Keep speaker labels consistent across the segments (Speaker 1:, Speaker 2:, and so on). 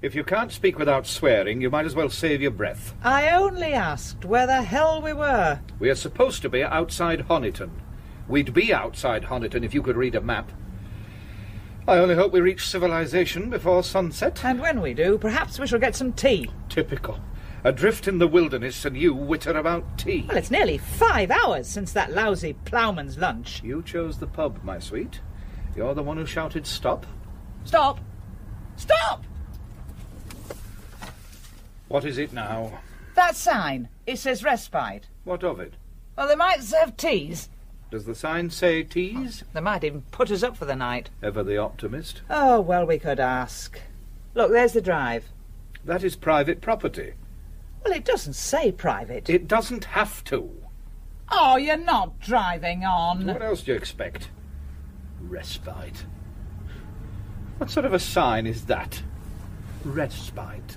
Speaker 1: If you can't speak without swearing, you might as well save your breath.
Speaker 2: I only asked where the hell we were.
Speaker 1: We are supposed to be outside Honiton. We'd be outside Honiton if you could read a map. I only hope we reach civilization before sunset.
Speaker 2: And when we do, perhaps we shall get some tea.
Speaker 1: Typical. Adrift in the wilderness and you witter about tea.
Speaker 2: Well, it's nearly five hours since that lousy ploughman's lunch.
Speaker 1: You chose the pub, my sweet. You're the one who shouted stop.
Speaker 2: Stop! Stop!
Speaker 1: What is it now?
Speaker 2: That sign. It says respite.
Speaker 1: What of it?
Speaker 2: Well, they might serve teas.
Speaker 1: Does the sign say tease?
Speaker 2: They might even put us up for the night.
Speaker 1: Ever the optimist.
Speaker 2: Oh, well, we could ask. Look, there's the drive.
Speaker 1: That is private property.
Speaker 2: Well, it doesn't say private.
Speaker 1: It doesn't have to.
Speaker 2: Oh, you're not driving on.
Speaker 1: What else do you expect? Respite. What sort of a sign is that? Respite.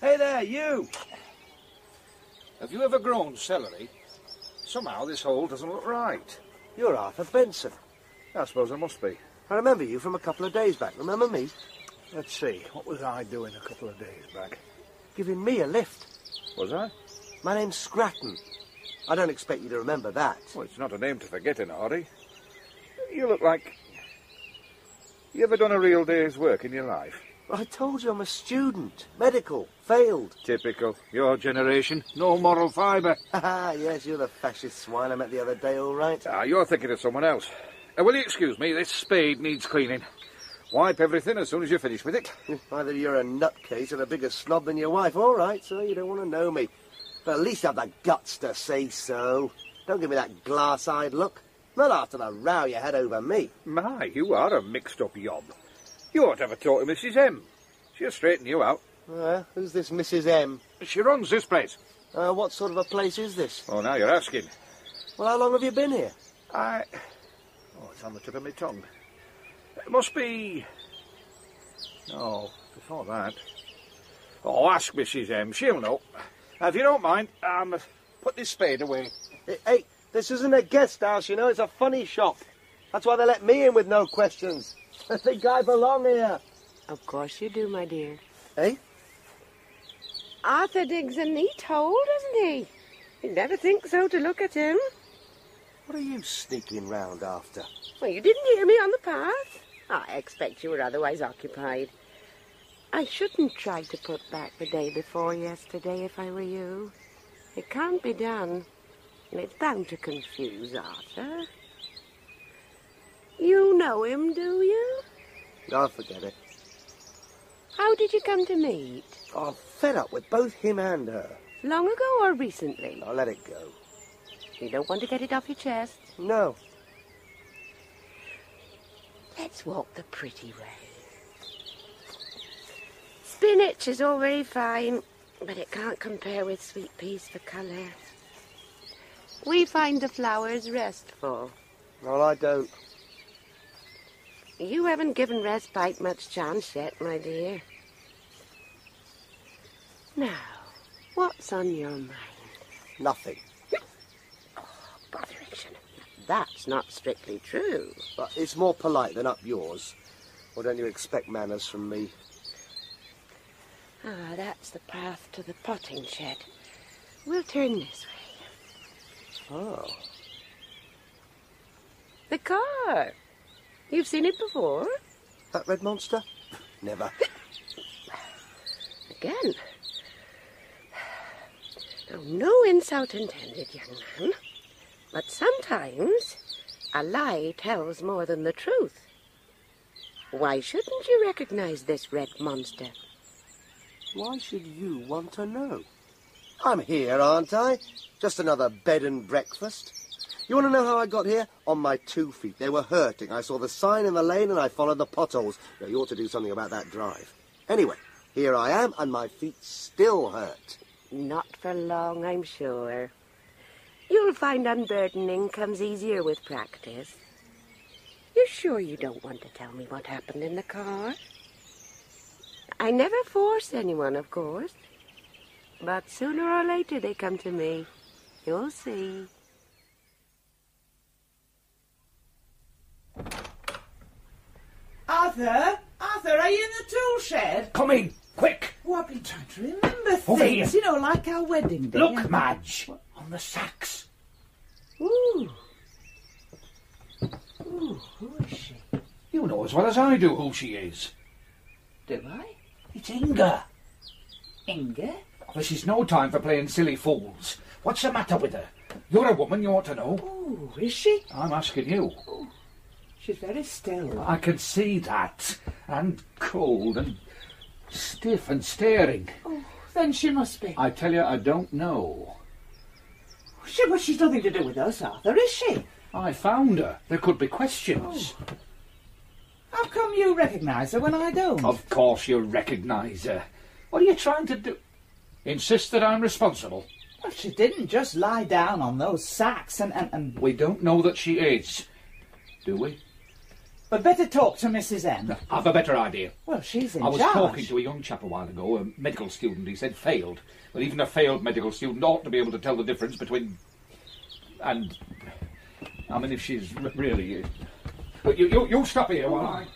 Speaker 1: Hey there, you! Have you ever grown celery? Somehow this hole doesn't look right.
Speaker 3: You're Arthur Benson.
Speaker 1: I suppose I must be.
Speaker 3: I remember you from a couple of days back. Remember me?
Speaker 1: Let's see, what was I doing a couple of days back?
Speaker 3: Giving me a lift.
Speaker 1: Was I?
Speaker 3: My name's Scratton. I don't expect you to remember that.
Speaker 1: Well, it's not a name to forget in a hurry. You look like. You ever done a real day's work in your life?
Speaker 3: I told you I'm a student. Medical. Failed.
Speaker 1: Typical. Your generation. No moral fibre.
Speaker 3: Ah, yes, you're the fascist swine I met the other day, all right.
Speaker 1: Ah, you're thinking of someone else. Uh, will you excuse me? This spade needs cleaning. Wipe everything as soon as you finish with it.
Speaker 3: Either you're a nutcase and a bigger snob than your wife, all right, so you don't want to know me. But at least have the guts to say so. Don't give me that glass-eyed look. Not after the row you had over me.
Speaker 1: My, you are a mixed-up yob. You ought to have a talk to Mrs. M. She'll straighten you out.
Speaker 3: Uh, who's this Mrs. M?
Speaker 1: She runs this place.
Speaker 3: Uh, what sort of a place is this?
Speaker 1: Oh, now you're asking.
Speaker 3: Well, how long have you been here?
Speaker 1: I. Oh, it's on the tip of my tongue. It must be. No, before that. Oh, ask Mrs. M. She'll know. If you don't mind, um, put this spade away.
Speaker 3: Hey, Eh, Hey, this isn't a guest house, you know, it's a funny shop. That's why they let me in with no questions. I think I belong here.
Speaker 4: Of course you do, my dear.
Speaker 3: Hey?
Speaker 4: Arthur digs a neat hole, doesn't he? You'd never think so to look at him.
Speaker 3: What are you sneaking round after?
Speaker 4: Well, you didn't hear me on the path. I expect you were otherwise occupied. I shouldn't try to put back the day before yesterday if I were you. It can't be done, and it's bound to confuse Arthur. You know him, do you?
Speaker 3: Oh, forget it.
Speaker 4: How did you come to meet?
Speaker 3: I'm fed up with both him and her.
Speaker 4: Long ago or recently?
Speaker 3: I'll let it go.
Speaker 4: You don't want to get it off your chest.
Speaker 3: No.
Speaker 4: Let's walk the pretty way. Spinach is all very fine, but it can't compare with sweet peas for colour. We find the flowers restful.
Speaker 3: Well, I don't.
Speaker 4: You haven't given respite much chance yet, my dear. Now, what's on your mind?
Speaker 3: Nothing.
Speaker 4: Botheration. That's not strictly true.
Speaker 3: But it's more polite than up yours. Or don't you expect manners from me?
Speaker 4: Ah, that's the path to the potting shed. We'll turn this way.
Speaker 3: Oh.
Speaker 4: The car. You've seen it before?
Speaker 3: That red monster? Never.
Speaker 4: Again. Now, no insult intended, young man. But sometimes a lie tells more than the truth. Why shouldn't you recognize this red monster?
Speaker 3: Why should you want to know? I'm here, aren't I? Just another bed and breakfast. You want to know how I got here? On my two feet. They were hurting. I saw the sign in the lane and I followed the potholes. Now, you ought to do something about that drive. Anyway, here I am and my feet still hurt.
Speaker 4: Not for long, I'm sure. You'll find unburdening comes easier with practice. You're sure you don't want to tell me what happened in the car? I never force anyone, of course. But sooner or later they come to me. You'll see.
Speaker 2: Arthur? Arthur, are you in the tool shed?
Speaker 1: Come in, quick!
Speaker 2: Oh, I've been trying to remember things,
Speaker 1: Over
Speaker 2: you know, like our wedding day.
Speaker 1: Oh, Look,
Speaker 2: haven't I?
Speaker 1: Madge, on the sacks.
Speaker 4: Ooh,
Speaker 2: Who is she?
Speaker 1: You know as well as I do who she is.
Speaker 2: Do I?
Speaker 1: It's Inga.
Speaker 2: Inga?
Speaker 1: This is no time for playing silly fools. What's the matter with her? You're a woman, you ought to know.
Speaker 2: Oh, is she?
Speaker 1: I'm asking you.
Speaker 2: She's very still.
Speaker 1: I can see that. And cold and stiff and staring.
Speaker 2: Then she must be.
Speaker 1: I tell you, I don't know.
Speaker 2: She, but she's nothing to do with us, Arthur, is she?
Speaker 1: I found her. There could be questions.
Speaker 2: How come you recognise her when I don't?
Speaker 1: Of course you recognise her. What are you trying to do? Insist that I'm responsible.
Speaker 2: Well, she didn't just lie down on those sacks and, and, and...
Speaker 1: We don't know that she is, do we?
Speaker 2: But better talk to Mrs M.
Speaker 1: I've a better idea.
Speaker 2: Well, she's in
Speaker 1: I was
Speaker 2: charge.
Speaker 1: talking to a young chap a while ago, a medical student, he said failed. But even a failed medical student ought to be able to tell the difference between. and. I mean, if she's r- really. uh, But you, you, you stop here while I.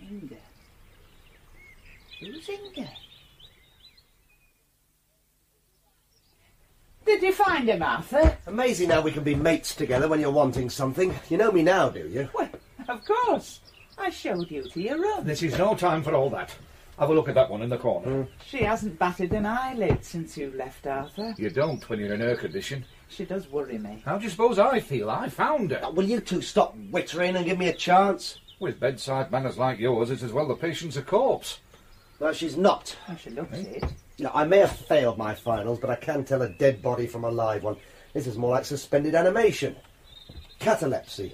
Speaker 2: Inga. Who's Inga? Did you find him, Arthur?
Speaker 3: Amazing how we can be mates together when you're wanting something. You know me now, do you?
Speaker 2: Well, of course. I showed you to your room.
Speaker 1: This is no time for all that. Have a look at that one in the corner.
Speaker 2: She hasn't batted an eyelid since you left, Arthur.
Speaker 1: You don't when you're in her condition.
Speaker 2: She does worry me.
Speaker 1: How do you suppose I feel? I found her.
Speaker 3: Will you two stop wittering and give me a chance?
Speaker 1: With bedside manners like yours, it's as well the patient's a corpse.
Speaker 3: No, she's not.
Speaker 2: Well, she looks it.
Speaker 3: No, I may have failed my finals, but I can tell a dead body from a live one. This is more like suspended animation. Catalepsy.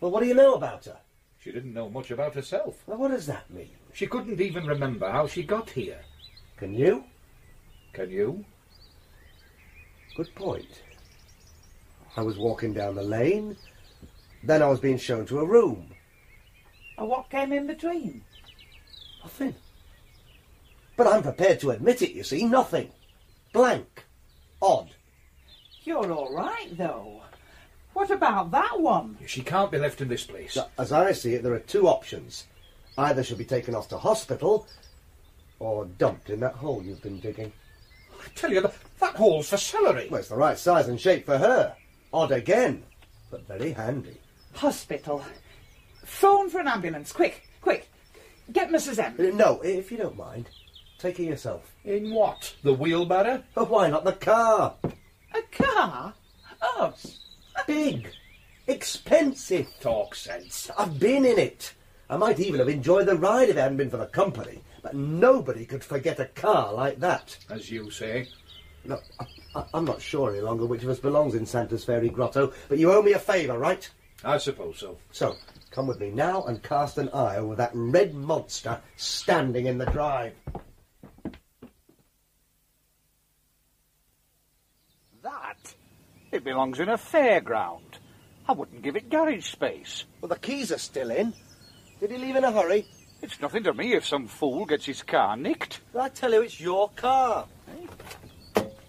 Speaker 3: Well, what do you know about her?
Speaker 1: She didn't know much about herself.
Speaker 3: Well, what does that mean?
Speaker 1: She couldn't even remember how she got here.
Speaker 3: Can you?
Speaker 1: Can you?
Speaker 3: Good point. I was walking down the lane. Then I was being shown to a room.
Speaker 2: And what came in between?
Speaker 3: Nothing. But I'm prepared to admit it, you see. Nothing. Blank. Odd.
Speaker 2: You're all right, though. What about that one?
Speaker 1: She can't be left in this place.
Speaker 3: So, as I see it, there are two options. Either she'll be taken off to hospital or dumped in that hole you've been digging.
Speaker 1: I tell you, that, that hole's for celery.
Speaker 3: Well, it's the right size and shape for her. Odd again, but very handy.
Speaker 2: Hospital. Phone for an ambulance. Quick, quick. Get Mrs. M.
Speaker 3: Uh, No, if you don't mind, take her yourself.
Speaker 1: In what? The wheelbarrow?
Speaker 3: But why not the car?
Speaker 2: A car? Oh, Us?
Speaker 3: Big. Expensive.
Speaker 1: Talk sense.
Speaker 3: I've been in it. I might even have enjoyed the ride if it hadn't been for the company. But nobody could forget a car like that.
Speaker 1: As you say.
Speaker 3: Look, I, I, I'm not sure any longer which of us belongs in Santa's Fairy Grotto, but you owe me a favour, right?
Speaker 1: I suppose so.
Speaker 3: So, come with me now and cast an eye over that red monster standing in the drive.
Speaker 1: That? It belongs in a fairground. I wouldn't give it garage space.
Speaker 3: Well, the keys are still in. Did he leave in a hurry?
Speaker 1: It's nothing to me if some fool gets his car nicked.
Speaker 3: Well, I tell you, it's your car.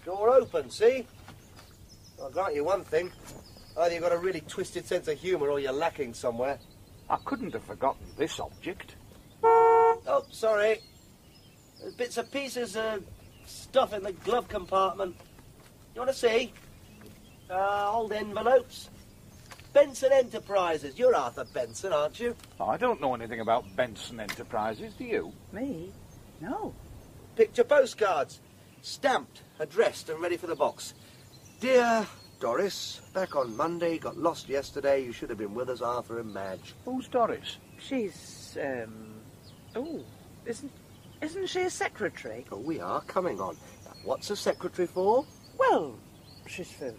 Speaker 3: Door open, see? I'll grant you one thing. Either you've got a really twisted sense of humour or you're lacking somewhere.
Speaker 1: I couldn't have forgotten this object.
Speaker 3: Oh, sorry. There's bits and pieces of stuff in the glove compartment. You want to see? Uh, old envelopes. Benson Enterprises. You're Arthur Benson, aren't you?
Speaker 1: I don't know anything about Benson Enterprises, do you?
Speaker 2: Me? No.
Speaker 3: Picture postcards. Stamped, addressed, and ready for the box. Dear Doris, back on Monday, got lost yesterday. You should have been with us, Arthur and Madge.
Speaker 1: Who's Doris?
Speaker 4: she's, um. Oh,
Speaker 2: Isn't, isn't she a secretary?
Speaker 3: Oh, we are coming on. Now, what's a secretary for?
Speaker 2: Well, she's for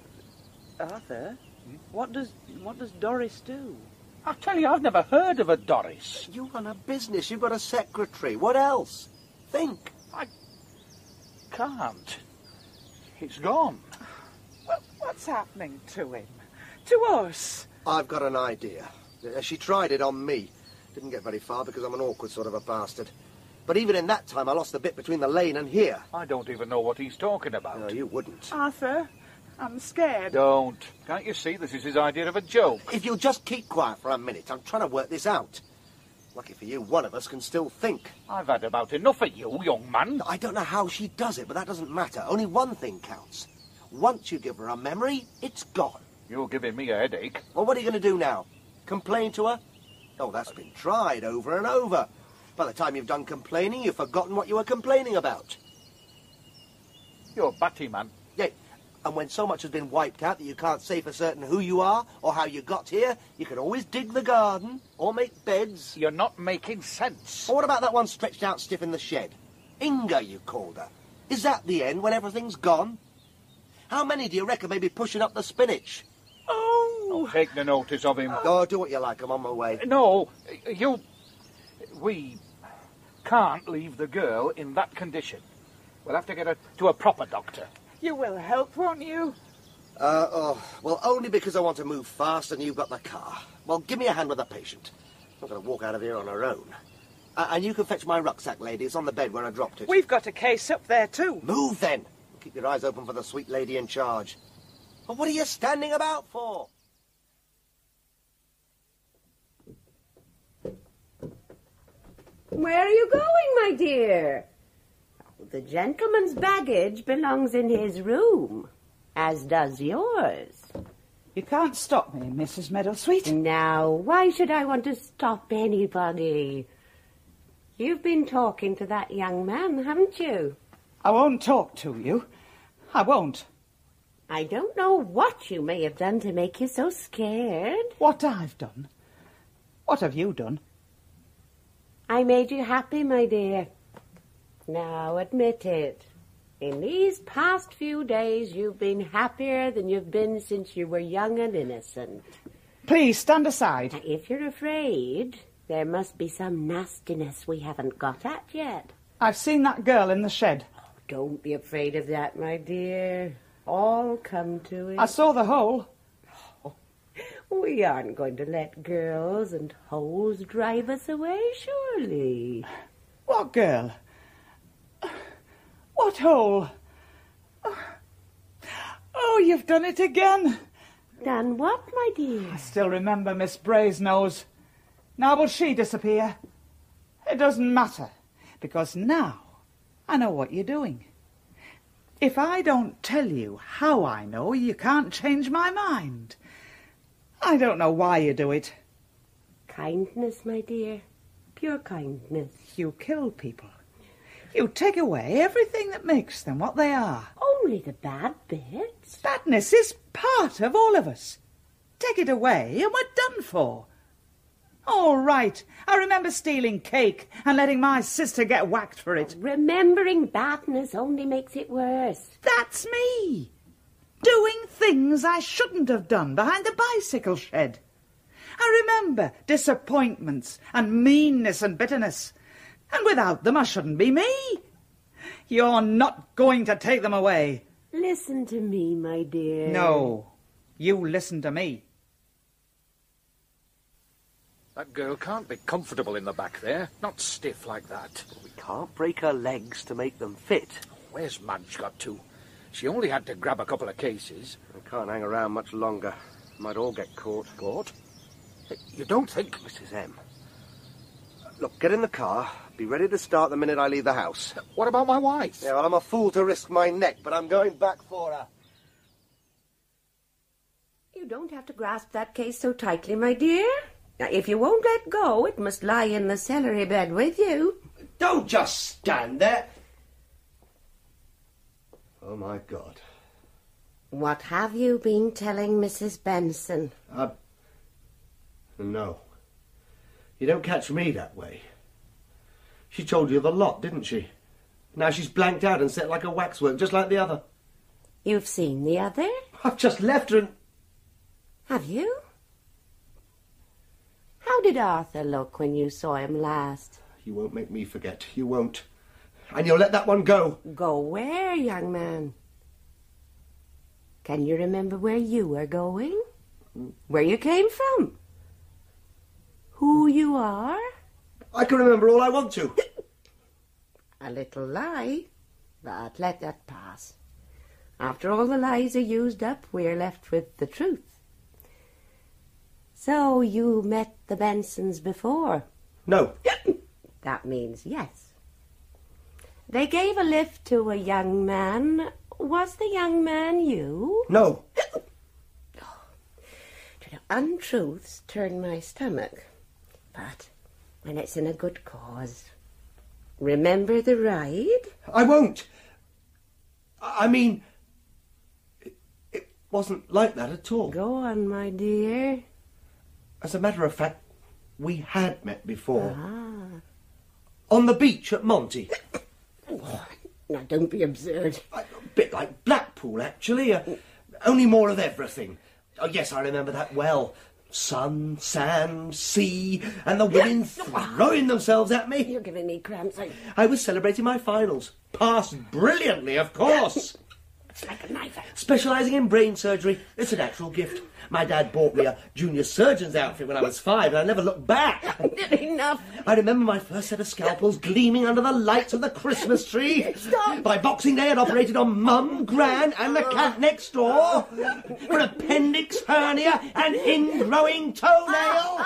Speaker 2: Arthur. What does what does Doris do?
Speaker 5: I tell you, I've never heard of a Doris.
Speaker 3: You run a business. You've got a secretary. What else? Think.
Speaker 5: Can't. It's gone.
Speaker 2: Well, what's happening to him? To us?
Speaker 3: I've got an idea. Uh, She tried it on me. Didn't get very far because I'm an awkward sort of a bastard. But even in that time, I lost the bit between the lane and here.
Speaker 5: I don't even know what he's talking about.
Speaker 3: No, you wouldn't.
Speaker 2: Arthur, I'm scared.
Speaker 5: Don't. Can't you see this is his idea of a joke?
Speaker 3: If you'll just keep quiet for a minute, I'm trying to work this out. Lucky for you, one of us can still think.
Speaker 5: I've had about enough of you, young man.
Speaker 3: I don't know how she does it, but that doesn't matter. Only one thing counts. Once you give her a memory, it's gone.
Speaker 5: You're giving me a headache.
Speaker 3: Well, what are you going to do now? Complain to her? Oh, that's been tried over and over. By the time you've done complaining, you've forgotten what you were complaining about.
Speaker 5: You're batty, man.
Speaker 3: Yeah, and when so much has been wiped out that you can't say for certain who you are or how you got here, you can always dig the garden or make beds.
Speaker 5: You're not making sense.
Speaker 3: Or what about that one stretched out stiff in the shed? Inga, you called her. Is that the end when everything's gone? How many do you reckon may be pushing up the spinach?
Speaker 2: Oh,
Speaker 5: I'll take no notice of him.
Speaker 3: Oh, do what you like, I'm on my way.
Speaker 5: No, you. We can't leave the girl in that condition. We'll have to get her to a proper doctor.
Speaker 2: You will help, won't you?
Speaker 3: Uh, oh, well, only because I want to move fast and you've got the car. Well, give me a hand with the patient. I'm not going to walk out of here on her own. Uh, and you can fetch my rucksack, lady. It's on the bed where I dropped it.
Speaker 2: We've got a case up there too.
Speaker 3: Move then. Keep your eyes open for the sweet lady in charge. But what are you standing about for?
Speaker 4: Where are you going, my dear? The gentleman's baggage belongs in his room, as does yours.
Speaker 2: You can't stop me, Mrs. Meadowsweet.
Speaker 4: Now, why should I want to stop anybody? You've been talking to that young man, haven't you?
Speaker 2: I won't talk to you. I won't.
Speaker 4: I don't know what you may have done to make you so scared.
Speaker 2: What I've done. What have you done?
Speaker 4: I made you happy, my dear. Now admit it. In these past few days, you've been happier than you've been since you were young and innocent.
Speaker 2: Please stand aside.
Speaker 4: Now, If you're afraid, there must be some nastiness we haven't got at yet.
Speaker 2: I've seen that girl in the shed.
Speaker 4: Don't be afraid of that, my dear. All come to it.
Speaker 2: I saw the hole.
Speaker 4: We aren't going to let girls and holes drive us away, surely.
Speaker 2: What girl? What hole? Oh, you've done it again.
Speaker 4: Done what, my dear?
Speaker 2: I still remember Miss Brazenose. Now will she disappear? It doesn't matter, because now I know what you're doing. If I don't tell you how I know, you can't change my mind. I don't know why you do it.
Speaker 4: Kindness, my dear. Pure kindness.
Speaker 2: You kill people. You take away everything that makes them what they are.
Speaker 4: Only the bad bits.
Speaker 2: Badness is part of all of us. Take it away and we're done for. All right, I remember stealing cake and letting my sister get whacked for it.
Speaker 4: Remembering badness only makes it worse.
Speaker 2: That's me. Doing things I shouldn't have done behind the bicycle shed. I remember disappointments and meanness and bitterness. And without them, I shouldn't be me. You're not going to take them away.
Speaker 4: Listen to me, my dear.
Speaker 2: No. You listen to me.
Speaker 5: That girl can't be comfortable in the back there. Not stiff like that.
Speaker 3: We can't break her legs to make them fit.
Speaker 5: Where's Madge got to? She only had to grab a couple of cases.
Speaker 3: I can't hang around much longer. Might all get caught.
Speaker 5: Caught? You don't think.
Speaker 3: Mrs. M. Look, get in the car. Be ready to start the minute I leave the house.
Speaker 5: What about my wife?
Speaker 3: Yeah, well, I'm a fool to risk my neck, but I'm going back for her.
Speaker 4: You don't have to grasp that case so tightly, my dear. Now, if you won't let go, it must lie in the celery bed with you.
Speaker 3: Don't just stand there. Oh my God!
Speaker 4: What have you been telling Mrs. Benson?
Speaker 3: I... No. You don't catch me that way. She told you the lot, didn't she? Now she's blanked out and set like a waxwork, just like the other.
Speaker 6: You've seen the other,
Speaker 3: I've just left her and...
Speaker 6: have you? How did Arthur look when you saw him last?
Speaker 3: You won't make me forget. You won't. And you'll let that one go.
Speaker 6: Go where, young man? Can you remember where you were going? Where you came from? Who you are?
Speaker 3: I can remember all I want to.
Speaker 4: A little lie, but let that pass. After all the lies are used up, we're left with the truth.
Speaker 6: So you met the Bensons before?
Speaker 3: No.
Speaker 4: That means yes.
Speaker 6: They gave a lift to a young man. Was the young man you?
Speaker 3: No.
Speaker 4: To the untruths turn my stomach, but when it's in a good cause. Remember the ride?
Speaker 3: I won't. I I mean... it- It wasn't like that at all.
Speaker 4: Go on, my dear.
Speaker 3: As a matter of fact, we had met before.
Speaker 4: Ah.
Speaker 3: On the beach at Monty.
Speaker 4: Now, don't be absurd.
Speaker 3: A bit like Blackpool, actually. Uh, only more of everything. Oh, yes, I remember that well. Sun, sand, sea, and the women throwing themselves at me.
Speaker 4: You're giving me cramps. I-
Speaker 3: I was celebrating my finals. Passed brilliantly, of course.
Speaker 4: It's like a knife.
Speaker 3: Specialising in brain surgery, it's a natural gift. My dad bought me a junior surgeon's outfit when I was five, and I never looked back.
Speaker 4: Enough.
Speaker 3: I remember my first set of scalpels gleaming under the lights of the Christmas tree. By Boxing Day, I'd operated on Mum, Gran, and the cat next door for appendix hernia and ingrowing toenail.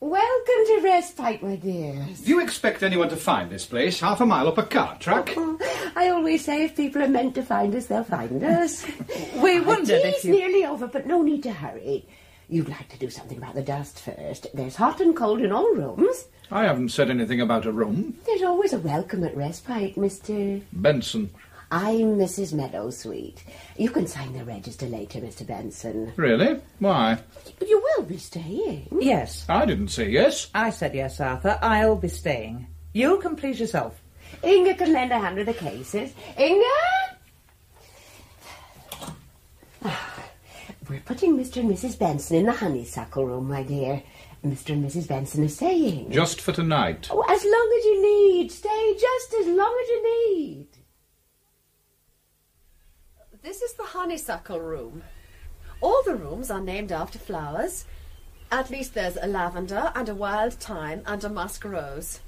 Speaker 4: Welcome to Respite, my dears.
Speaker 1: Do you expect anyone to find this place half a mile up a cart track?
Speaker 4: I always say if people are meant to find us, they'll find us.
Speaker 2: We wondered
Speaker 4: Tea
Speaker 2: if
Speaker 4: is
Speaker 2: you.
Speaker 4: nearly over, but no need to hurry. You'd like to do something about the dust first. There's hot and cold in all rooms.
Speaker 1: I haven't said anything about a room.
Speaker 4: There's always a welcome at Respite, Mr.
Speaker 1: Benson,
Speaker 4: I'm Mrs. Meadowsweet. You can sign the register later, Mr. Benson.
Speaker 1: really? Why?
Speaker 4: But you will be staying.
Speaker 2: Yes,
Speaker 1: I didn't say yes.
Speaker 2: I said yes, Arthur. I'll be staying. You can please yourself.
Speaker 4: Inga can lend a hand with the cases. Inga! Ah, We're putting Mr. and Mrs. Benson in the honeysuckle room, my dear. Mr. and Mrs. Benson are staying.
Speaker 1: Just for tonight.
Speaker 4: Oh, as long as you need. Stay just as long as you need.
Speaker 7: This is the honeysuckle room. All the rooms are named after flowers. At least there's a lavender and a wild thyme and a musk rose.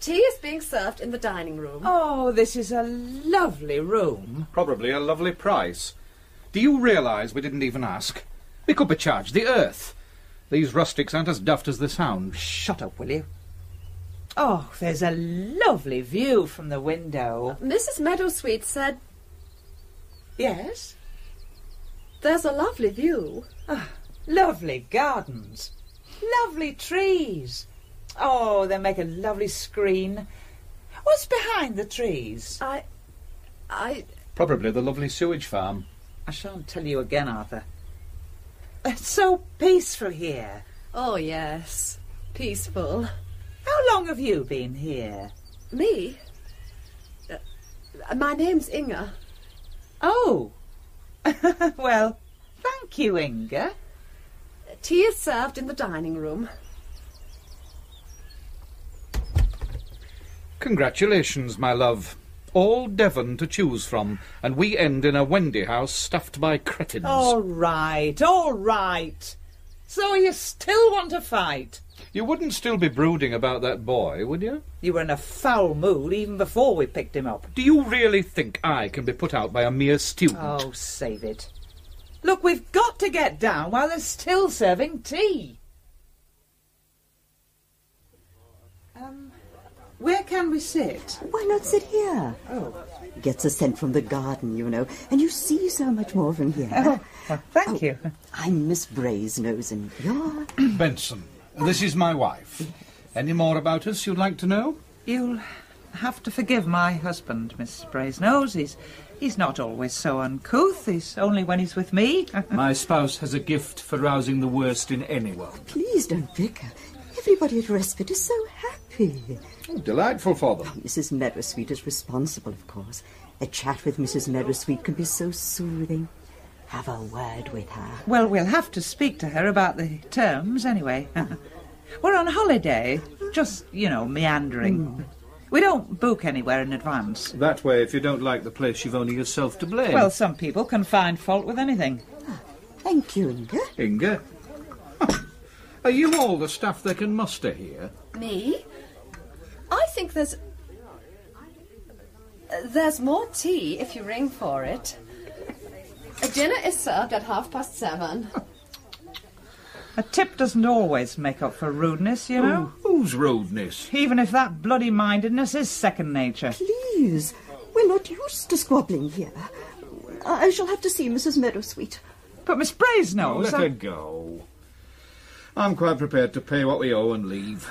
Speaker 7: Tea is being served in the dining room.
Speaker 2: Oh, this is a lovely room.
Speaker 1: Probably a lovely price. Do you realise we didn't even ask? We could be charged the earth. These rustics aren't as daft as they sound.
Speaker 2: Shut up, will you? Oh, there's a lovely view from the window.
Speaker 7: Mrs. Meadowsweet said
Speaker 2: Yes,
Speaker 7: there's a lovely view.
Speaker 2: lovely gardens, lovely trees. Oh, they make a lovely screen. What's behind the trees?
Speaker 7: I. I.
Speaker 1: Probably the lovely sewage farm.
Speaker 2: I shan't tell you again, Arthur. It's so peaceful here.
Speaker 7: Oh, yes. Peaceful.
Speaker 2: How long have you been here?
Speaker 7: Me? Uh, my name's Inga.
Speaker 2: Oh, well, thank you, Inga.
Speaker 7: Tea is served in the dining room.
Speaker 1: Congratulations, my love. All Devon to choose from, and we end in a Wendy house stuffed by cretins.
Speaker 2: All right, all right. So you still want to fight?
Speaker 1: You wouldn't still be brooding about that boy, would you?
Speaker 2: You were in a foul mood even before we picked him up.
Speaker 1: Do you really think I can be put out by a mere student?
Speaker 2: Oh, save it. Look, we've got to get down while they're still serving tea. Um, can we sit?
Speaker 8: Why not sit here?
Speaker 2: Oh.
Speaker 8: Gets a scent from the garden, you know, and you see so much more from here.
Speaker 2: Oh, thank you.
Speaker 8: I'm Miss Brazenose, and you're.
Speaker 1: Benson, this is my wife. Any more about us you'd like to know?
Speaker 2: You'll have to forgive my husband, Miss Brazenose. He's, he's not always so uncouth. He's only when he's with me.
Speaker 9: My spouse has a gift for rousing the worst in anyone.
Speaker 8: Please don't pick her. Everybody at Respite is so happy.
Speaker 1: Oh, delightful for them.
Speaker 8: Mrs. Meadowsweet is responsible, of course. A chat with Mrs. Meadowsweet can be so soothing. Have a word with her.
Speaker 2: well, we'll have to speak to her about the terms anyway. We're on holiday, just, you know, meandering. We don't book anywhere in advance.
Speaker 9: That way, if you don't like the place, you've only yourself to blame.
Speaker 2: Well, some people can find fault with anything.
Speaker 8: Thank you, Inga.
Speaker 1: Inga? Are you all the staff they can muster here?
Speaker 7: Me? I think there's. There's more tea if you ring for it. Dinner is served at half past seven.
Speaker 2: A tip doesn't always make up for rudeness, you know.
Speaker 1: Whose rudeness?
Speaker 2: Even if that bloody mindedness is second nature.
Speaker 8: Please, we're not used to squabbling here. I I shall have to see Mrs. Meadowsweet.
Speaker 2: But Miss Brazenose.
Speaker 1: No, Oh, let her go. I'm quite prepared to pay what we owe and leave.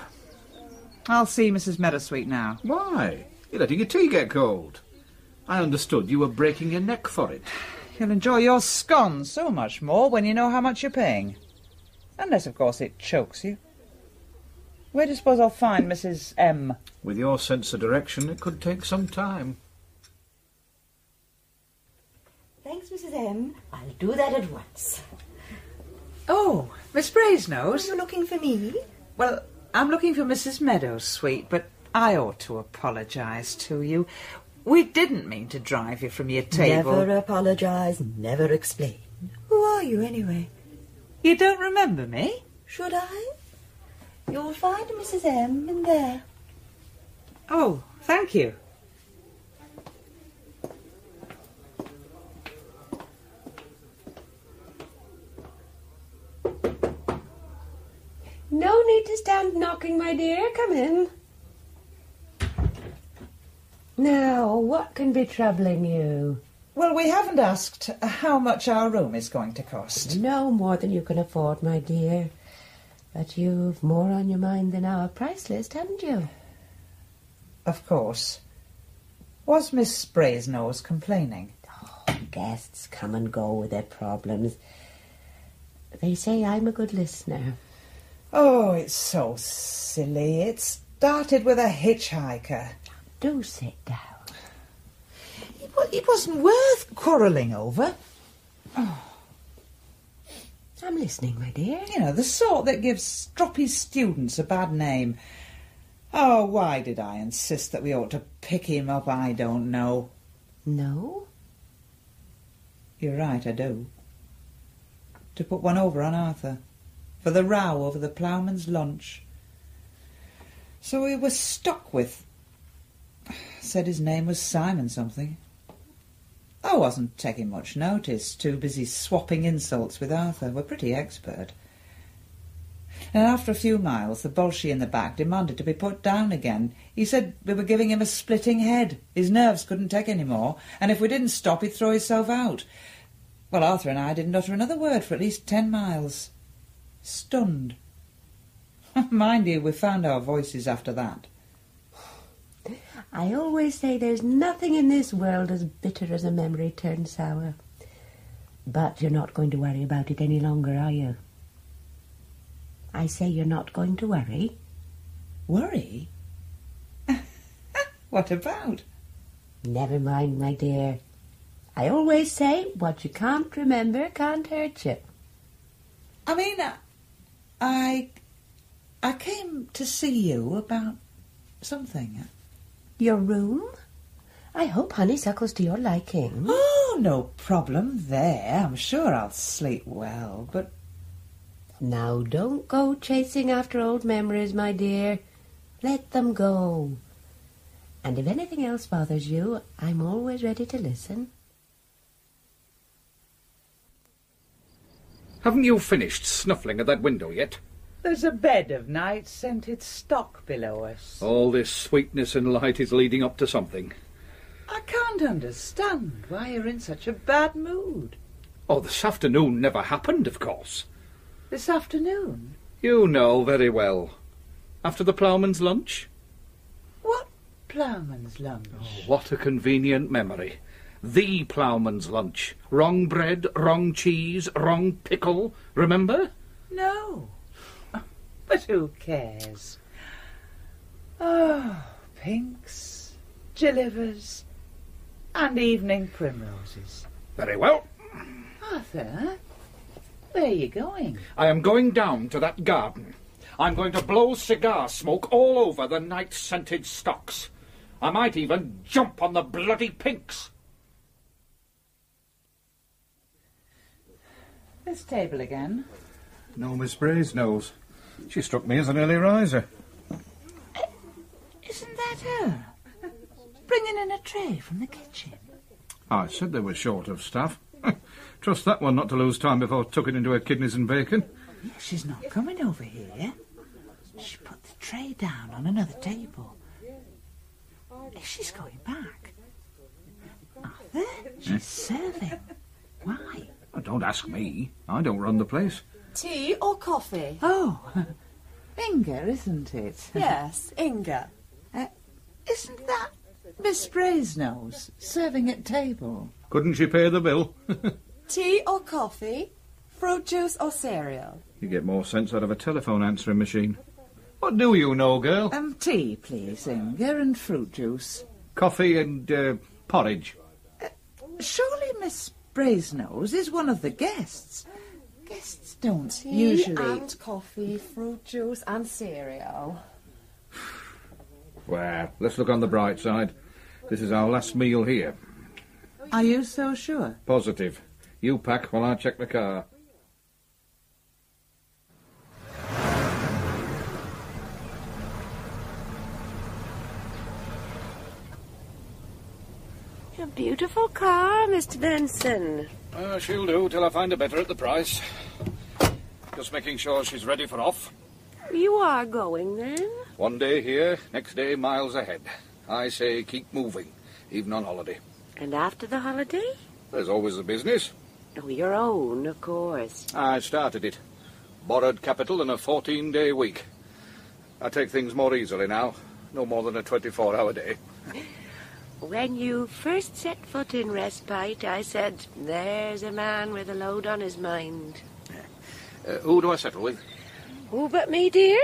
Speaker 2: I'll see Mrs. Meadowsweet now.
Speaker 1: Why? You're letting your tea get cold. I understood you were breaking your neck for it.
Speaker 2: You'll enjoy your scone so much more when you know how much you're paying. Unless, of course, it chokes you. Where do you suppose I'll find Mrs. M?
Speaker 9: With your sense of direction, it could take some time.
Speaker 8: Thanks, Mrs. M. I'll do that at once.
Speaker 2: Oh, Miss Brazenose.
Speaker 8: You're looking for me?
Speaker 2: Well, I'm looking for Mrs. Meadows, sweet, but I ought to apologise to you. We didn't mean to drive you from your table.
Speaker 8: Never apologize, never explain. Who are you, anyway?
Speaker 2: You don't remember me?
Speaker 8: Should I? You'll find Mrs. M in there.
Speaker 2: Oh, thank you.
Speaker 7: No need to stand knocking, my dear. Come in.
Speaker 4: Now, what can be troubling you?
Speaker 2: Well, we haven't asked how much our room is going to cost.
Speaker 4: No more than you can afford, my dear. But you've more on your mind than our price list, haven't you?
Speaker 2: Of course. Was Miss Brazenose complaining?
Speaker 4: Guests come and go with their problems. They say I'm a good listener.
Speaker 2: Oh, it's so silly. It started with a hitchhiker.
Speaker 4: Do sit down.
Speaker 2: It, wa- it wasn't worth quarrelling over.
Speaker 4: I'm listening, my dear.
Speaker 2: You know, the sort that gives stroppy students a bad name. Oh, why did I insist that we ought to pick him up? I don't know.
Speaker 4: No?
Speaker 2: You're right, I do. To put one over on Arthur for the row over the ploughman's lunch. So we were stuck with. Said his name was Simon something. I wasn't taking much notice, too busy swapping insults with Arthur. We're pretty expert. And after a few miles, the Bolshe in the back demanded to be put down again. He said we were giving him a splitting head. His nerves couldn't take any more, and if we didn't stop, he'd throw himself out. Well, Arthur and I didn't utter another word for at least ten miles. Stunned. Mind you, we found our voices after that.
Speaker 4: I always say there's nothing in this world as bitter as a memory turned sour. But you're not going to worry about it any longer, are you? I say you're not going to worry.
Speaker 2: Worry? what about?
Speaker 4: Never mind, my dear. I always say what you can't remember can't hurt you.
Speaker 2: I mean, I, I, I came to see you about something.
Speaker 4: Your room? I hope honeysuckle's to your liking.
Speaker 2: Oh, no problem there. I'm sure I'll sleep well, but
Speaker 4: Now, don't go chasing after old memories, my dear. Let them go. And if anything else bothers you, I'm always ready to listen.
Speaker 1: Haven't you finished snuffling at that window yet?
Speaker 2: There's a bed of night scented stock below us.
Speaker 1: All this sweetness and light is leading up to something.
Speaker 2: I can't understand why you're in such a bad mood.
Speaker 1: Oh, this afternoon never happened, of course.
Speaker 2: This afternoon?
Speaker 1: You know very well. After the ploughman's lunch?
Speaker 2: Ploughman's lunch.
Speaker 1: What a convenient memory. The ploughman's lunch. Wrong bread, wrong cheese, wrong pickle, remember?
Speaker 2: No. But who cares? Oh, pinks, gillivers, and evening primroses.
Speaker 1: Very well.
Speaker 2: Arthur, where are you going?
Speaker 1: I am going down to that garden. I'm going to blow cigar smoke all over the night scented stocks. I might even jump on the bloody pinks.
Speaker 2: This table again.
Speaker 10: No Miss Bray's knows. She struck me as an early riser.
Speaker 2: Isn't that her? Bringing in a tray from the kitchen.
Speaker 10: I said they were short of staff. Trust that one not to lose time before tucking into her kidneys and bacon.
Speaker 2: She's not coming over here. She put the tray down on another table. She's going back. Arthur, she's serving. Why?
Speaker 10: Oh, don't ask me. I don't run the place.
Speaker 7: Tea or coffee?
Speaker 2: Oh, Inga, isn't it?
Speaker 7: Yes, Inga.
Speaker 2: Uh, isn't that Miss Brasenose serving at table?
Speaker 10: Couldn't she pay the bill?
Speaker 7: Tea or coffee? Fruit juice or cereal?
Speaker 10: You get more sense out of a telephone answering machine. What do you know, girl?
Speaker 2: Um, tea, please, Inga, and fruit juice. Uh,
Speaker 10: Coffee and uh, porridge.
Speaker 2: Surely Miss Brasenose is one of the guests. Guests don't
Speaker 7: Tea
Speaker 2: usually.
Speaker 7: and coffee, fruit juice and cereal.
Speaker 10: Well, let's look on the bright side. This is our last meal here.
Speaker 2: Are you so sure?
Speaker 10: Positive. You pack while I check the car.
Speaker 4: A beautiful car, Mr. Benson.
Speaker 1: Uh, she'll do till I find her better at the price. Just making sure she's ready for off.
Speaker 4: You are going then?
Speaker 1: One day here, next day miles ahead. I say keep moving, even on holiday.
Speaker 4: And after the holiday?
Speaker 1: There's always the business.
Speaker 4: Oh, your own, of course.
Speaker 1: I started it. Borrowed capital and a 14 day week. I take things more easily now. No more than a 24 hour day.
Speaker 4: When you first set foot in respite, I said, There's a man with a load on his mind.
Speaker 1: Uh, who do I settle with?
Speaker 4: Oh, but me, dear.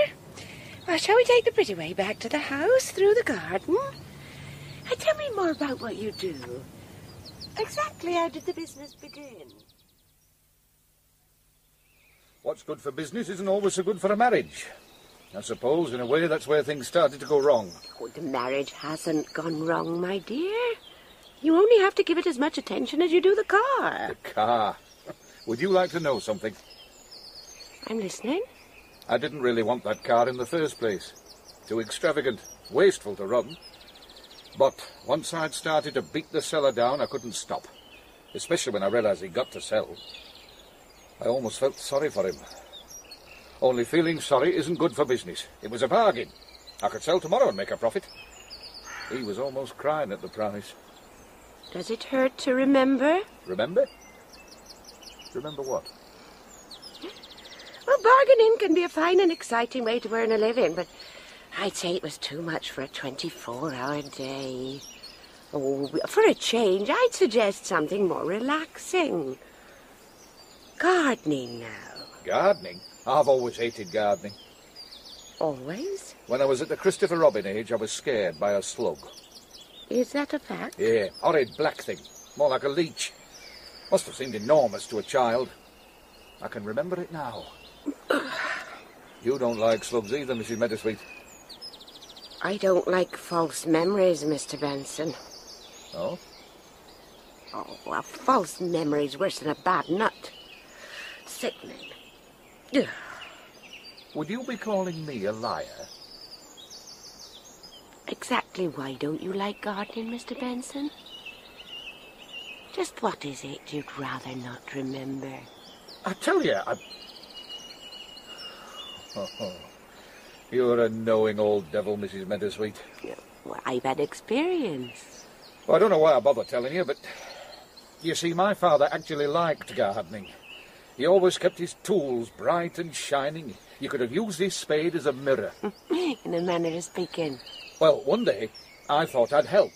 Speaker 4: Well, shall we take the pretty way back to the house through the garden? Uh, tell me more about what you do. Exactly how did the business begin?
Speaker 1: What's good for business isn't always so good for a marriage. I suppose, in a way, that's where things started to go wrong.
Speaker 4: Oh, the marriage hasn't gone wrong, my dear. You only have to give it as much attention as you do the car.
Speaker 1: Car. Would you like to know something?
Speaker 4: I'm listening.
Speaker 1: I didn't really want that car in the first place. Too extravagant, wasteful to run. But once I'd started to beat the seller down, I couldn't stop. Especially when I realised he'd got to sell. I almost felt sorry for him. Only feeling sorry isn't good for business. It was a bargain. I could sell tomorrow and make a profit. He was almost crying at the price.
Speaker 4: Does it hurt to remember?
Speaker 1: Remember? Remember what?
Speaker 4: Well, bargaining can be a fine and exciting way to earn a living, but I'd say it was too much for a 24 hour day. Oh, for a change, I'd suggest something more relaxing. Gardening now.
Speaker 1: Gardening? I've always hated gardening.
Speaker 4: Always?
Speaker 1: When I was at the Christopher Robin age, I was scared by a slug.
Speaker 4: Is that a fact?
Speaker 1: Yeah, horrid black thing, more like a leech. Must have seemed enormous to a child. I can remember it now. you don't like slugs either, Mrs. Meadowsweet.
Speaker 4: I don't like false memories, Mr. Benson.
Speaker 1: Oh?
Speaker 4: Oh, a false memory's worse than a bad nut. Sickening. Ugh.
Speaker 1: Would you be calling me a liar?
Speaker 4: Exactly why don't you like gardening, Mr. Benson? Just what is it you'd rather not remember?
Speaker 1: I tell you, I. ho, ho. You're a knowing old devil, Mrs. Meadowsweet.
Speaker 4: Well, I've had experience.
Speaker 1: Well, I don't know why I bother telling you, but you see, my father actually liked gardening. He always kept his tools bright and shining. You could have used his spade as a mirror.
Speaker 4: In a manner of speaking.
Speaker 1: Well, one day I thought I'd help.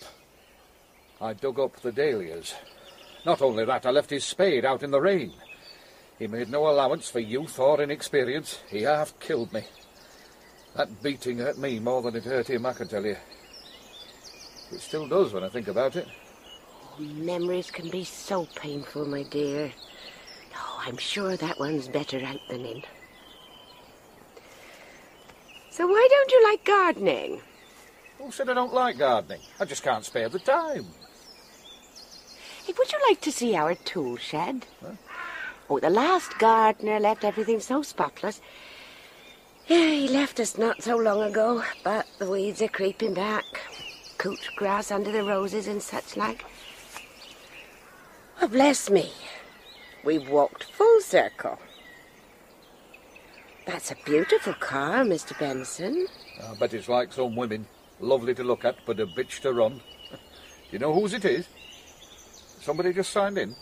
Speaker 1: I dug up the dahlias. Not only that, I left his spade out in the rain. He made no allowance for youth or inexperience. He half killed me. That beating hurt me more than it hurt him, I can tell you. It still does when I think about it.
Speaker 4: Memories can be so painful, my dear. No, I'm sure that one's better out than in. So why don't you like gardening?
Speaker 1: Who said I don't like gardening? I just can't spare the time.
Speaker 4: Hey, would you like to see our tool shed? Oh, the last gardener left everything so spotless. Yeah, he left us not so long ago, but the weeds are creeping back. Couch grass under the roses and such like. Oh, bless me. We've walked full circle. That's a beautiful car, Mr. Benson.
Speaker 1: I bet it's like some women. Lovely to look at, but a bitch to run. you know whose it is? Somebody just signed in.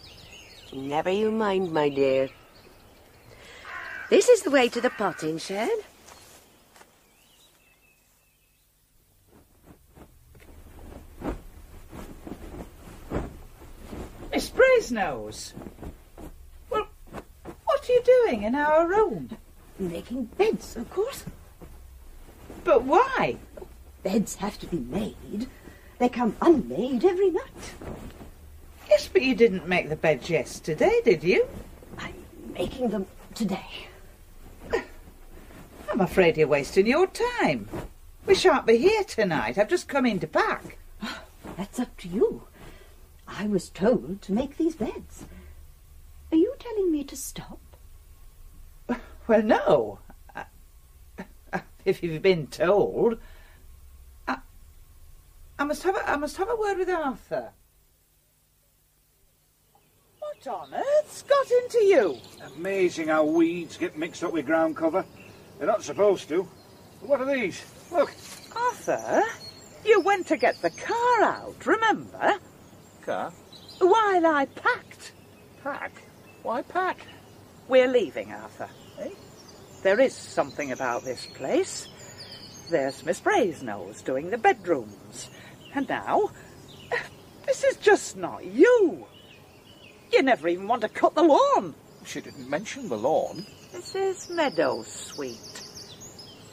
Speaker 4: Never you mind, my dear. This is the way to the potting shed.
Speaker 2: Miss Brasenose! Well, what are you doing in our room?
Speaker 11: Making beds, of course.
Speaker 2: But why?
Speaker 11: Beds have to be made. They come unmade every night.
Speaker 2: Yes, but you didn't make the bed yesterday, did you?
Speaker 11: Making them today.
Speaker 2: I'm afraid you're wasting your time. We shan't be here tonight. I've just come in to pack.
Speaker 11: That's up to you. I was told to make these beds. Are you telling me to stop?
Speaker 2: Well, no. I- If you've been told, I, I must have. A, I must have a word with Arthur. What on earth's got into you?
Speaker 12: Amazing how weeds get mixed up with ground cover. They're not supposed to. What are these? Look.
Speaker 2: Arthur, you went to get the car out, remember?
Speaker 12: Car?
Speaker 2: While I packed.
Speaker 12: Pack? Why pack?
Speaker 2: We're leaving, Arthur. There is something about this place. There's Miss Brasenose doing the bedrooms. And now, this is just not you. You never even want to cut the lawn.
Speaker 1: She didn't mention the lawn.
Speaker 2: Mrs. Meadowsweet.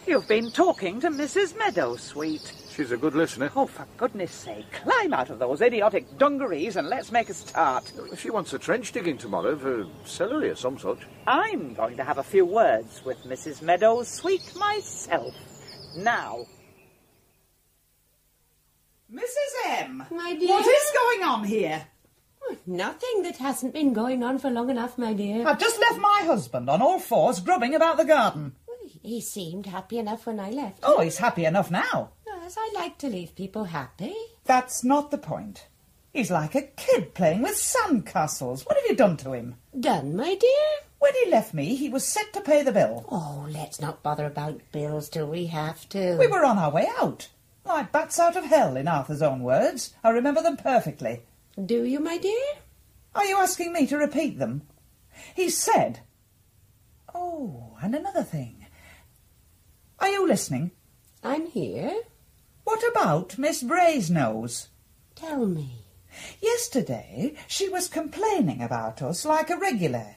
Speaker 2: You've been talking to Mrs. Meadowsweet.
Speaker 1: She's a good listener.
Speaker 2: Oh, for goodness sake, climb out of those idiotic dungarees and let's make a start.
Speaker 1: She wants a trench digging tomorrow for uh, celery or some such.
Speaker 2: I'm going to have a few words with Mrs. Meadowsweet myself. Now. Mrs. M.
Speaker 6: My
Speaker 2: dear? What is going on here?
Speaker 6: Nothing that hasn't been going on for long enough, my dear.
Speaker 2: I've just left my husband on all fours grubbing about the garden.
Speaker 6: He seemed happy enough when I left.
Speaker 2: Oh, he's happy enough now.
Speaker 6: Yes, I like to leave people happy.
Speaker 2: That's not the point. He's like a kid playing with sandcastles. What have you done to him?
Speaker 6: Done, my dear.
Speaker 2: When he left me, he was set to pay the bill.
Speaker 6: Oh, let's not bother about bills till we have to.
Speaker 2: We were on our way out. Like bats out of hell, in Arthur's own words. I remember them perfectly.
Speaker 6: Do you, my dear?
Speaker 2: Are you asking me to repeat them? He said. Oh, and another thing. Are you listening?
Speaker 6: I'm here.
Speaker 2: What about Miss Brasenose?
Speaker 6: Tell me.
Speaker 2: Yesterday she was complaining about us like a regular.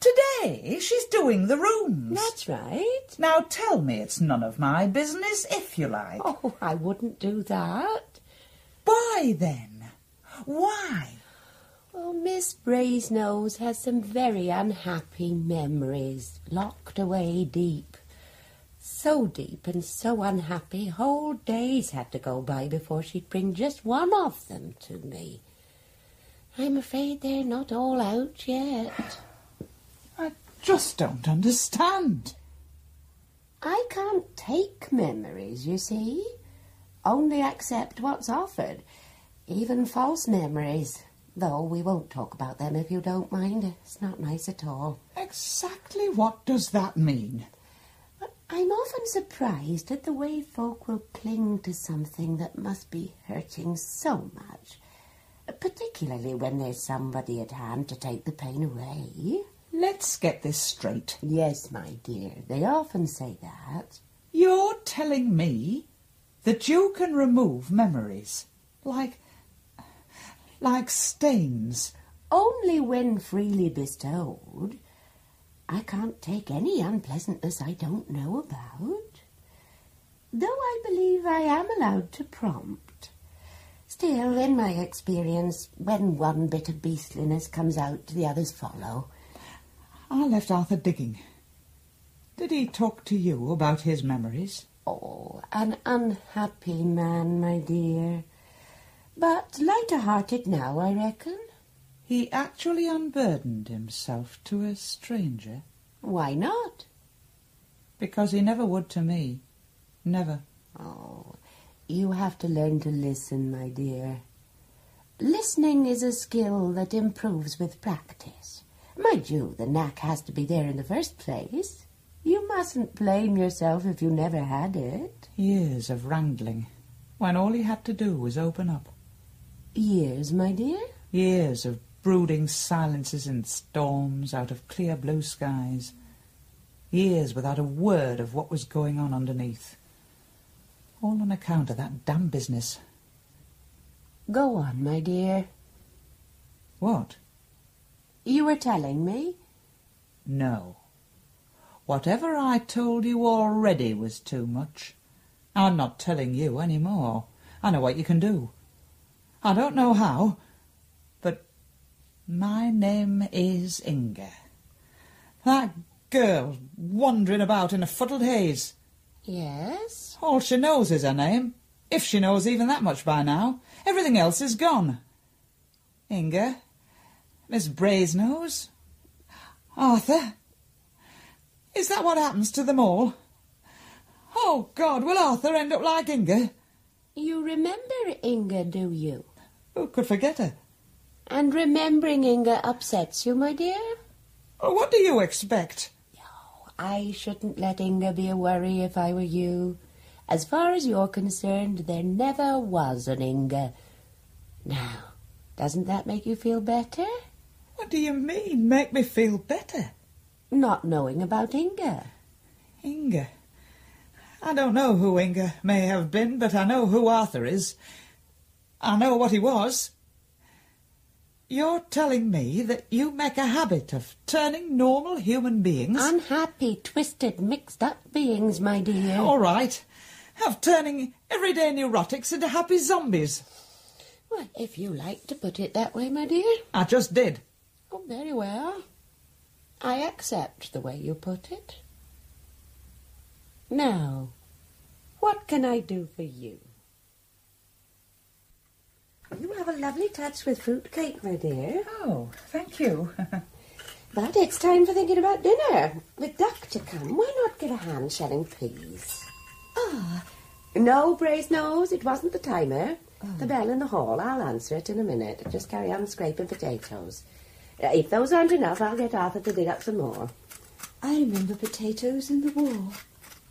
Speaker 2: Today she's doing the rooms.
Speaker 6: That's right.
Speaker 2: Now tell me it's none of my business, if you like.
Speaker 6: Oh, I wouldn't do that.
Speaker 2: Why then? Why?
Speaker 6: Well, Miss Brasenose has some very unhappy memories locked away deep. So deep and so unhappy, whole days had to go by before she'd bring just one of them to me. I'm afraid they're not all out yet.
Speaker 2: I just don't understand.
Speaker 6: I can't take memories, you see. Only accept what's offered, even false memories. Though we won't talk about them if you don't mind. It's not nice at all.
Speaker 2: Exactly what does that mean?
Speaker 4: I'm often surprised at the way folk will cling to something that must be hurting so much, particularly when there's somebody at hand to take the pain away.
Speaker 2: Let's get this straight.
Speaker 4: Yes, my dear, they often say that.
Speaker 2: You're telling me that you can remove memories like. like stains.
Speaker 4: Only when freely bestowed. I can't take any unpleasantness I don't know about. Though I believe I am allowed to prompt. Still, in my experience, when one bit of beastliness comes out, the others follow.
Speaker 2: I left Arthur digging. Did he talk to you about his memories?
Speaker 4: Oh, an unhappy man, my dear. But lighter-hearted now, I reckon.
Speaker 2: He actually unburdened himself to a stranger.
Speaker 4: Why not?
Speaker 2: Because he never would to me. Never.
Speaker 4: Oh, you have to learn to listen, my dear. Listening is a skill that improves with practice. Mind you, the knack has to be there in the first place. You mustn't blame yourself if you never had it.
Speaker 2: Years of wrangling, when all he had to do was open up.
Speaker 4: Years, my dear?
Speaker 2: Years of brooding silences in storms out of clear blue skies, years without a word of what was going on underneath. All on account of that damn business.
Speaker 4: Go on, my dear.
Speaker 2: What?
Speaker 4: You were telling me?
Speaker 2: No. Whatever I told you already was too much. I'm not telling you any more. I know what you can do. I don't know how, my name is Inga. That girl wandering about in a fuddled haze.
Speaker 4: Yes?
Speaker 2: All she knows is her name, if she knows even that much by now. Everything else is gone. Inga, Miss Brazenose, Arthur. Is that what happens to them all? Oh, God, will Arthur end up like Inga?
Speaker 4: You remember Inga, do you?
Speaker 2: Who could forget her?
Speaker 4: And remembering Inga upsets you, my dear?
Speaker 2: Oh, what do you expect?
Speaker 4: Oh, I shouldn't let Inga be a worry if I were you. As far as you're concerned, there never was an Inga. Now, doesn't that make you feel better?
Speaker 2: What do you mean, make me feel better?
Speaker 4: Not knowing about Inga.
Speaker 2: Inga? I don't know who Inga may have been, but I know who Arthur is. I know what he was. You're telling me that you make a habit of turning normal human beings...
Speaker 4: Unhappy, twisted, mixed-up beings, my dear.
Speaker 2: All right. Of turning everyday neurotics into happy zombies.
Speaker 4: Well, if you like to put it that way, my dear.
Speaker 2: I just did.
Speaker 4: Oh, very well. I accept the way you put it. Now, what can I do for you? You have a lovely touch with fruit cake, my dear.
Speaker 2: Oh, thank you.
Speaker 4: but it's time for thinking about dinner. With duck to come, why not give a hand shelling, please?
Speaker 13: Ah.
Speaker 4: No, Brace nose, it wasn't the timer. Oh. The bell in the hall, I'll answer it in a minute. Just carry on scraping potatoes. Uh, if those aren't enough, I'll get Arthur to dig up some more.
Speaker 13: I remember potatoes in the war.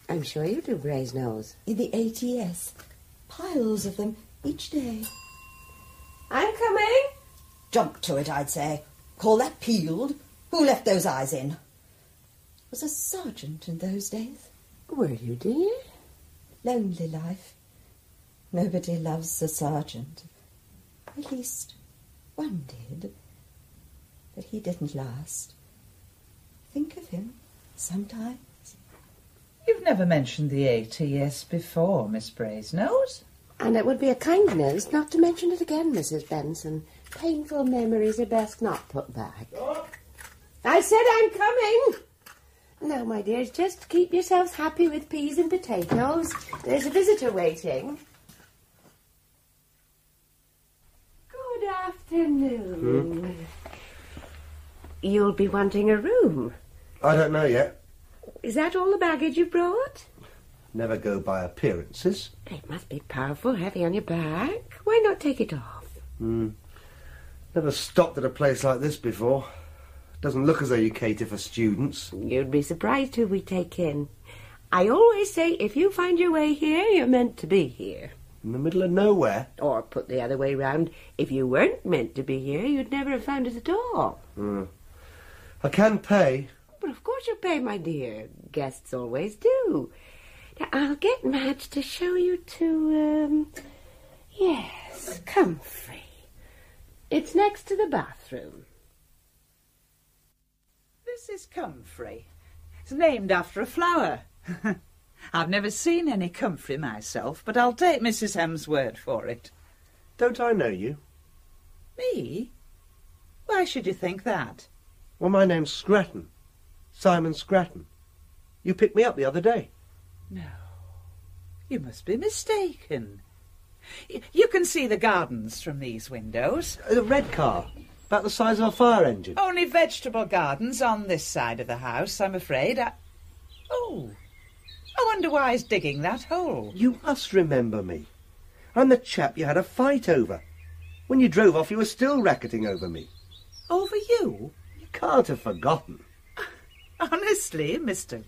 Speaker 4: I'm sure you do, Brace nose.
Speaker 13: In the ATS. Piles of them each day.
Speaker 4: I'm coming.
Speaker 14: Jump to it, I'd say. Call that peeled? Who left those eyes in?
Speaker 13: Was a sergeant in those days.
Speaker 4: Were you, dear?
Speaker 13: Lonely life. Nobody loves a sergeant. At least one did. But he didn't last. Think of him sometimes.
Speaker 2: You've never mentioned the ATS before, Miss Brazenose.
Speaker 15: And it would be a kindness not to mention it again, Mrs. Benson. Painful memories are best not put back.
Speaker 4: I said I'm coming.
Speaker 15: Now, my dears, just keep yourselves happy with peas and potatoes. There's a visitor waiting.
Speaker 4: Good afternoon.
Speaker 15: Hmm? You'll be wanting a room.
Speaker 3: I don't know yet.
Speaker 15: Is that all the baggage you brought?
Speaker 3: Never go by appearances.
Speaker 15: It must be powerful heavy on your back. Why not take it off?
Speaker 3: Mm. Never stopped at a place like this before. Doesn't look as though you cater for students.
Speaker 15: You'd be surprised who we take in.
Speaker 4: I always say if you find your way here, you're meant to be here.
Speaker 3: In the middle of nowhere?
Speaker 4: Or put the other way round, if you weren't meant to be here, you'd never have found us at all.
Speaker 3: Hmm. I can pay.
Speaker 4: But of course you pay, my dear. Guests always do. Now, I'll get Madge to show you to, um... Yes, Comfrey. It's next to the bathroom.
Speaker 2: This is comfrey. It's named after a flower. I've never seen any comfrey myself, but I'll take Mrs. Hem's word for it.
Speaker 3: Don't I know you?
Speaker 2: Me? Why should you think that?
Speaker 3: Well, my name's Scratton. Simon Scratton. You picked me up the other day.
Speaker 2: No. You must be mistaken. Y- You can see the gardens from these windows.
Speaker 3: The red car, about the size of a fire engine.
Speaker 2: Only vegetable gardens on this side of the house, I'm afraid. I... Oh, I wonder why he's digging that hole.
Speaker 3: You must remember me. I'm the chap you had a fight over. When you drove off, you were still racketing over me.
Speaker 2: Over you?
Speaker 3: You can't have forgotten.
Speaker 2: Honestly, mister.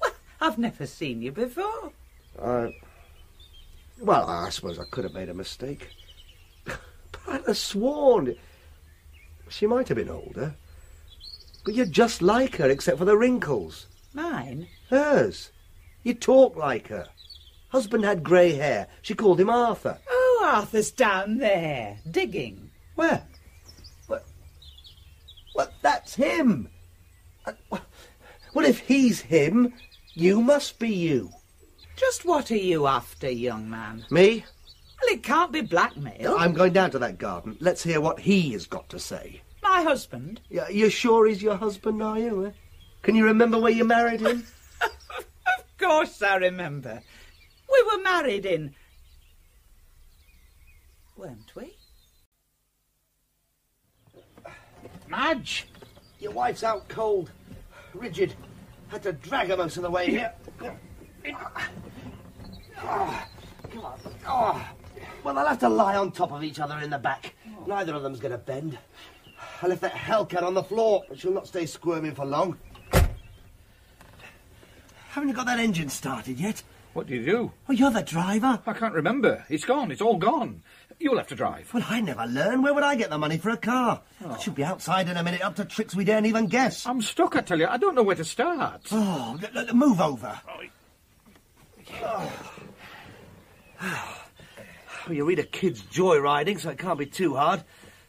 Speaker 2: Well, I've never seen you before.
Speaker 3: I. Uh, Well, I suppose I could have made a mistake. but I'd have sworn. She might have been older. But you're just like her, except for the wrinkles.
Speaker 2: Mine?
Speaker 3: Hers. You talk like her. Husband had grey hair. She called him Arthur.
Speaker 2: Oh, Arthur's down there, digging.
Speaker 3: Where? Well, well that's him. Uh, well- Well, if he's him, you must be you.
Speaker 2: Just what are you after, young man?
Speaker 3: Me?
Speaker 2: Well, it can't be blackmail.
Speaker 3: I'm going down to that garden. Let's hear what he has got to say.
Speaker 2: My husband?
Speaker 3: Y- You're sure he's your husband, are you? eh? Can you remember where you married him?
Speaker 2: Of course I remember. We were married in... Weren't we?
Speaker 3: Madge! Your wife's out cold. Rigid. Had to drag her most of the way here. Ah, Come on. Ah. Well, they'll have to lie on top of each other in the back. Neither of them's going to bend. I left that hellcat on the floor, but she'll not stay squirming for long. Haven't you got that engine started yet?
Speaker 1: What do you do?
Speaker 3: Oh, you're the driver.
Speaker 1: I can't remember. It's gone. It's all gone. You'll have to drive.
Speaker 3: Well, I never learn. Where would I get the money for a car? I should be outside in a minute, up to tricks we daren't even guess.
Speaker 1: I'm stuck, I tell you. I don't know where to start.
Speaker 3: Oh, l- l- move over. Oh, you read a kid's joyriding, so it can't be too hard.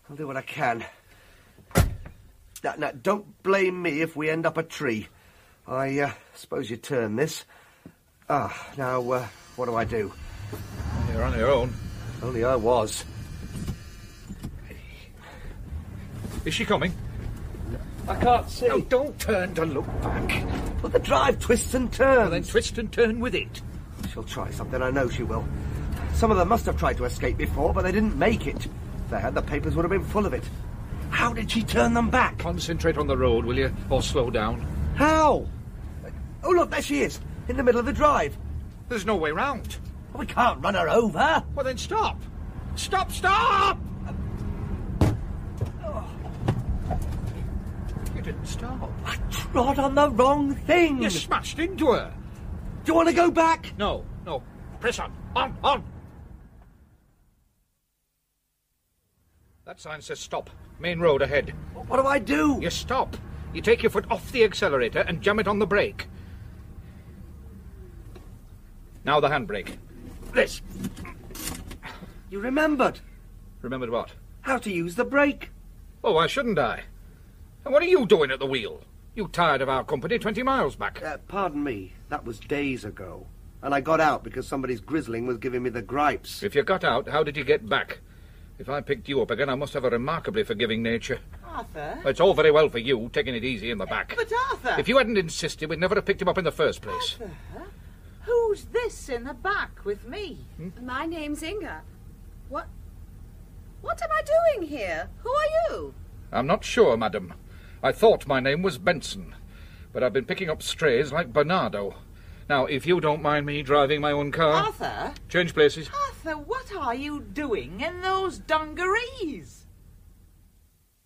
Speaker 3: I'll do what I can. Now, now don't blame me if we end up a tree. I uh, suppose you turn this. Ah, now, uh, what do I do?
Speaker 1: You're on your own.
Speaker 3: Only I was.
Speaker 1: Is she coming?
Speaker 3: I can't see.
Speaker 1: No, don't turn to look back.
Speaker 3: But the drive twists and turns.
Speaker 1: Well, then twist and turn with it.
Speaker 3: She'll try something, I know she will. Some of them must have tried to escape before, but they didn't make it. If they had, the papers would have been full of it. How did she turn them back?
Speaker 1: Concentrate on the road, will you? Or slow down.
Speaker 3: How? Oh, look, there she is, in the middle of the drive.
Speaker 1: There's no way round.
Speaker 3: We can't run her over.
Speaker 1: Well, then stop. Stop, stop! You didn't stop.
Speaker 3: I trod on the wrong thing.
Speaker 1: You smashed into her.
Speaker 3: Do you want to go back?
Speaker 1: No, no. Press on. On, on. That sign says stop. Main road ahead.
Speaker 3: What do I do?
Speaker 1: You stop. You take your foot off the accelerator and jam it on the brake. Now the handbrake. This.
Speaker 3: You remembered
Speaker 1: Remembered what?
Speaker 3: how to use the brake.
Speaker 1: Oh, why shouldn't I? And what are you doing at the wheel? You tired of our company 20 miles back.
Speaker 3: Uh, pardon me, that was days ago. And I got out because somebody's grizzling was giving me the gripes.
Speaker 1: If you got out, how did you get back? If I picked you up again, I must have a remarkably forgiving nature.
Speaker 2: Arthur?
Speaker 1: It's all very well for you, taking it easy in the back.
Speaker 2: But Arthur!
Speaker 1: If you hadn't insisted, we'd never have picked him up in the first place.
Speaker 2: Who's this in the back with me?
Speaker 7: My name's Inga. What? What am I doing here? Who are you?
Speaker 1: I'm not sure, madam. I thought my name was Benson, but I've been picking up strays like Bernardo. Now, if you don't mind me driving my own car,
Speaker 2: Arthur?
Speaker 1: change places.
Speaker 2: Arthur, what are you doing in those dungarees?